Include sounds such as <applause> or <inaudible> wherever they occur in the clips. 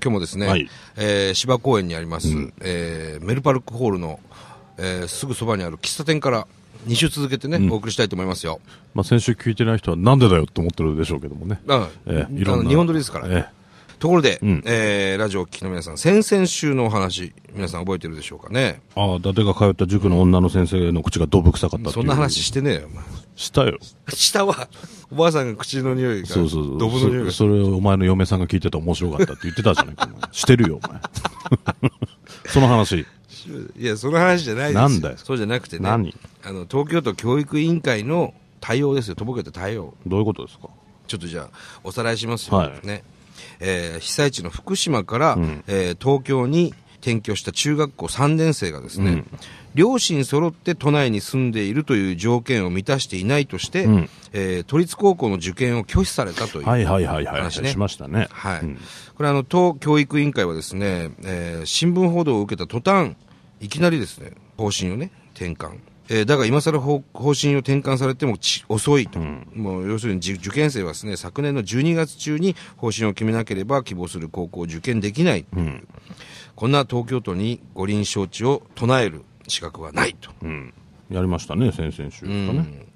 今日もですね、はいえー芝公園にあります、えーメルパルクホールの、えーすぐそばにある喫茶店から2週続けてね、お送りしたいと思いますよ。まあ、先週聞いてない人はなんでだよって思ってるでしょうけどもね。あええいろあんのな日本撮りですから。えところで、んえーラジオをお聞きの皆さん、先々週のお話、皆さん覚えてるでしょうかね。えああ、伊達が通った塾の女の先生の口がどぶ臭かったっていそうんな話してねえよ、お前。 <laughs> したよ。下は、おばあさんが口の匂いが、そうそうそう。ドブの匂いがそそれをお前の嫁さんが聞いてて面白かったって言ってたじゃな <laughs> いか、お前してるよ、お前。 <laughs> その話。いや、その話じゃないですよ。なんだよそうじゃなくてね。何あの、東京都教育委員会の対応ですよ。とぼけた対応。どういうことですかちょっとじゃあ、おさらいしますよ。はいね。えー被災地の福島から、んえー東京に転居した中学校3年生がですね、両親揃って都内に住んでいるという条件を満たしていないとして、うんえー都立高校の受験を拒否されたという。はいはいはいはい、話ねしましたね。はい。うんこれあの、都教育委員会はですね、えー新聞報道を受けた途端、いきなりですね、方針をね、転換。えーだが今更方方針を転換されてもち遅いと、もう要するにじ受験生はですね、昨年の12月中に方針を決めなければ希望する高校を受験できない。こんな東京都に五輪招致を唱える資格はないと。うんやりましたね、先々週ですかね。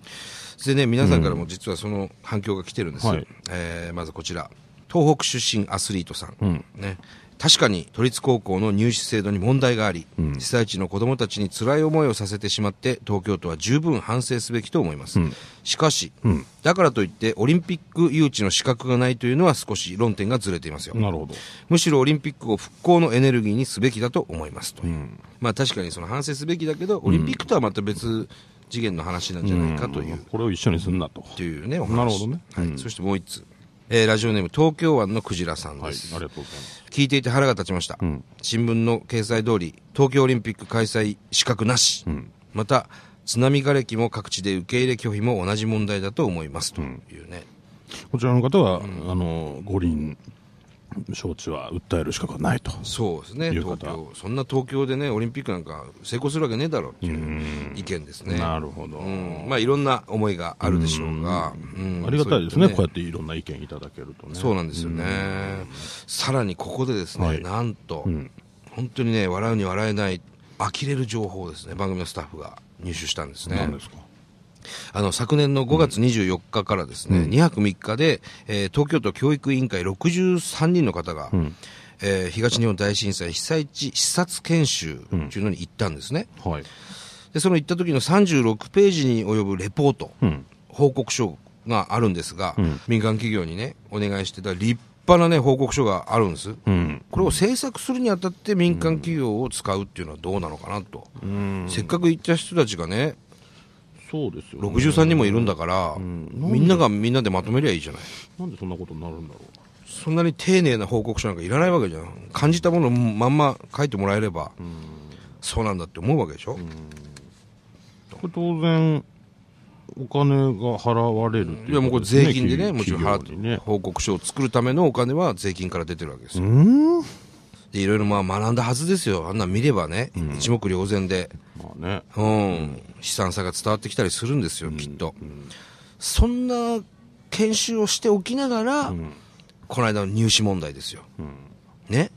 でね、皆さんからも実はその反響が来てるんですよ。はいえーまずこちら。東北出身アスリートさん。うん。ね、確かに都立高校の入試制度に問題があり、被災地の子どもたちに辛い思いをさせてしまって東京都は十分反省すべきと思います、しかし、だからといってオリンピック誘致の資格がないというのは少し論点がずれていますよ、なるほど。むしろオリンピックを復興のエネルギーにすべきだと思いますという、んまあ確かにその反省すべきだけどオリンピックとはまた別次元の話なんじゃないかという、これを一緒にすんなと。というねお話なるほどねはいそしてもう一つ、えーラジオネーム東京湾のクジラさんはい、あでりす、がとうございます。聞いていて腹が立ちました、新聞の掲載通り東京オリンピック開催資格なし、また津波がれきも各地で受け入れ拒否も同じ問題だと思いますというね、こちらの方は、あの、五輪招致は訴える資格はないと。そうですねいうこ東と京そんな東京でねオリンピックなんか成功するわけねえだろうっていう意見ですね、なるほど。うんまあいろんな思いがあるでしょうが、うんありがたいですねそうこうやっていろんな意見いただけるとね。そうなんですよね、さらにここでですね、はいなんと、ん本当にね、笑うに笑えない、呆れる情報をですね、番組のスタッフが入手したんですね何。ですかあの、昨年の5月24日からですね、2泊3日で、えー東京都教育委員会63人の方が、えー東日本大震災被災地視察研修というのに行ったんですね。はい。で、その行った時の36ページに及ぶレポート。うん。報告書があるんですが、民間企業にね、お願いしてた立派なね、報告書があるんです。うん。これを制作するにあたって民間企業を使うっていうのはどうなのかなと。うん。せっかく行った人たちがね、そうですよ、ね。 63人もいるんだから、みんながみんなでまとめりゃいいじゃない。なんでそんなことになるんだろう。そんなに丁寧な報告書なんかいらないわけじゃん。感じたものをまんま書いてもらえれば、そうなんだって思うわけでしょ。これ当然、お金が払われるっていいやうもうここれと税す金でね、企もちろん払っ企業にねて、報告書を作るためのお金は税金から出てるわけですよ。うん。でいろいろまあ学んだはずですよ。あんなん見ればね、一目瞭然で、まあね。うん、悲惨さが伝わってきたりするんですよ、きっと。そんな研修をしておきながら、この間の入試問題ですよ。ね、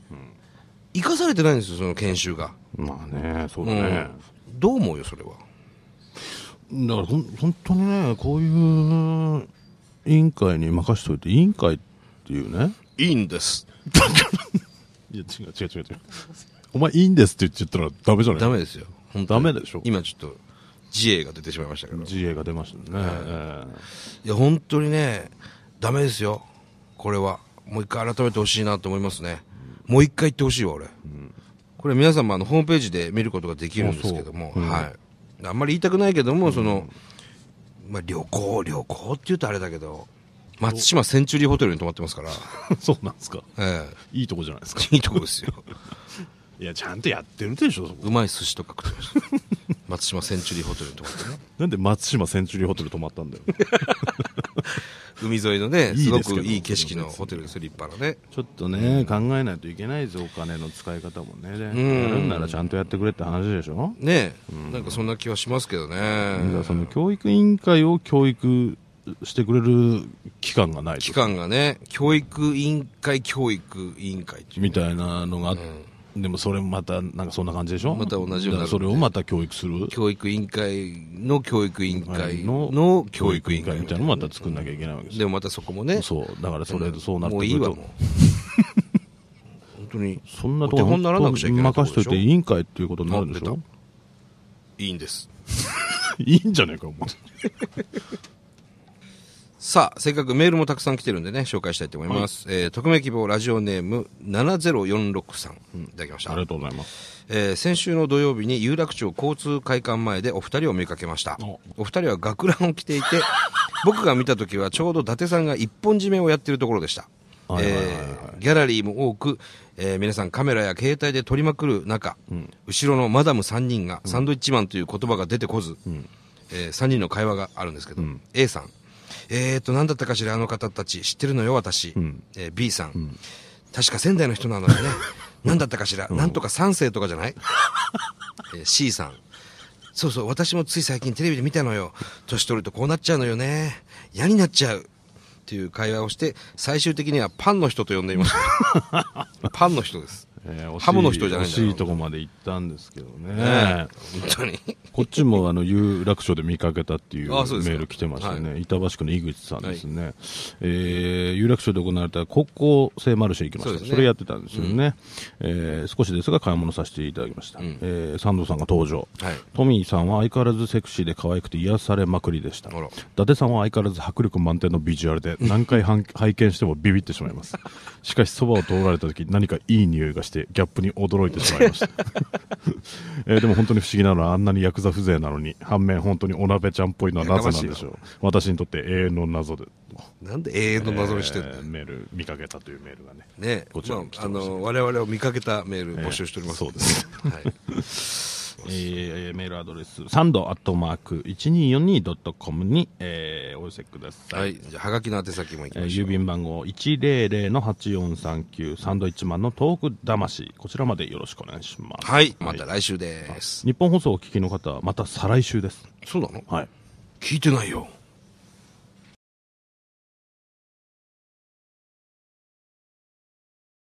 生かされてないんですよ、その研修が。まあね、そううだんね。どう思うよ、それは。だからほん本当にね、こういう委員会に任せといて、委員会っていうね。いいんです。いや、違う違う違う違う。 <laughs> お前いいんですって言っちゃったらダメじゃないダメですよ。本当にダメでしょ今ちょっと、自衛が出てしまいましたけど。 GA が出ましたね。えいや、本当にね、ダメですよ。これは。もう一回改めてほしいなと思いますね。もう一回言ってほしいわ、俺。これ皆さんもあの、ホームページで見ることができるんですけども、はい。あんまり言いたくないけども、その、まあ、旅行、旅行って言うとあれだけど、松島センチュリーホテルに泊まってます <laughs> から、えそうなんですか。えいいとこじゃないですか。え、いいとこですよ。いや、ちゃんとやってるでしょ、そこうまい寿司とか食ってました。松島センチュリーホテルに泊まってね。なんで松島センチュリーホテル泊まったんだよ。海沿いのね、いすいですけごどくいい景色のホテルですよ、立派なね。 <laughs> ちょっとね、考えないといけないですよ、お金の使い方もね。んやるんならちゃんとやってくれって話でしょ。ねえ、なんかそんな気はしますけどね。だからその教育委員会を教育してくれる機関がないと機関がね、教育委員会、教育委員会っていうみたいなのがあっ、でもそれもまたなんかそんな感じでしょまた同じようになるだからそれをまた教育する教育委員会の教育委員会のの教育委員会みたいなのをまた作んなきゃいけないわけですでもまたそこもね、そうだからそれそうなってもうくるいいわ、ともう。本当に、そんなとお手こ本にならなくちゃいけないとこ任でししょといて委員会っていうことになるんでしょいいんです。いいんじゃねえかお前さあ、せっかくメールもたくさん来てるんでね、紹介したいと思います。えー匿名希望ラジオネーム7046さん、うんいただきましたあり。がとうございますえー先週の土曜日に有楽町交通会館前でお二人を見かけましたおお二人は学ランを着ていて僕が見た時はちょうど伊達さんが一本締めをやってるところでしたはいはいはいはいえーギャラリーも多く、えー皆さんカメラや携帯で撮りまくる中、後ろのマダム3人がサンドイッチマンという言葉が出てこず、え3人の会話があるんですけど、A さんえーと何だったかしらあの方たち知ってるのよ私、えー B さん、確か仙台の人なのに <laughs> ね何だったかしら、なんとか3世とかじゃない、えー C さんそうそう私もつい最近テレビで見たのよ年取るとこうなっちゃうのよね嫌になっちゃうっていう会話をして最終的にはパンの人と呼んでいました <laughs> パンの人ですえー惜しいハムの人じゃないん惜だよしいとこまで行ったんですけどねね本当にこっちもあの有楽町で見かけたっていうメあそうですかール来てましたね、板橋区の井口さんですね、えー有楽町で行われた高校生マルシェ行きましそたうそ,、ですねれやってたんですよね、えー少しですが買い物させていただきました、えーサンドさんが登場、はいトミーさんは相変わらずセクシーで可愛くて癒されまくりでしたあら伊達さんは相変わらず迫力満点のビジュア <laughs> ルで何回はん拝見してもビビってしまいますしかしそばを通られた時何かいい匂いがしてギャップに驚いてしまいましたえーでも本当に不思議なのはあんなにヤクザ風情なのに反面本当にお鍋ちゃんっぽいのはなぜなんでしょう私にとって永遠の謎で、なんで永遠の謎にしてえるんだよーメール見かけたというメールがねねこちらまに来あ、あてましたの我々を見かけたメール募集しております、ええそうですはい、えーメールアドレスサンドアットマーク 1242.com に、えーお寄せください、はい、じゃあはがきの宛先もいきえーましょ郵う、便番号100-8439サンドイッチマンのトーク魂こちらまでよろしくお願いします、はいまた来週です、日本放送をお聞きの方はまた再来週ですそうなのはい聞いてないよ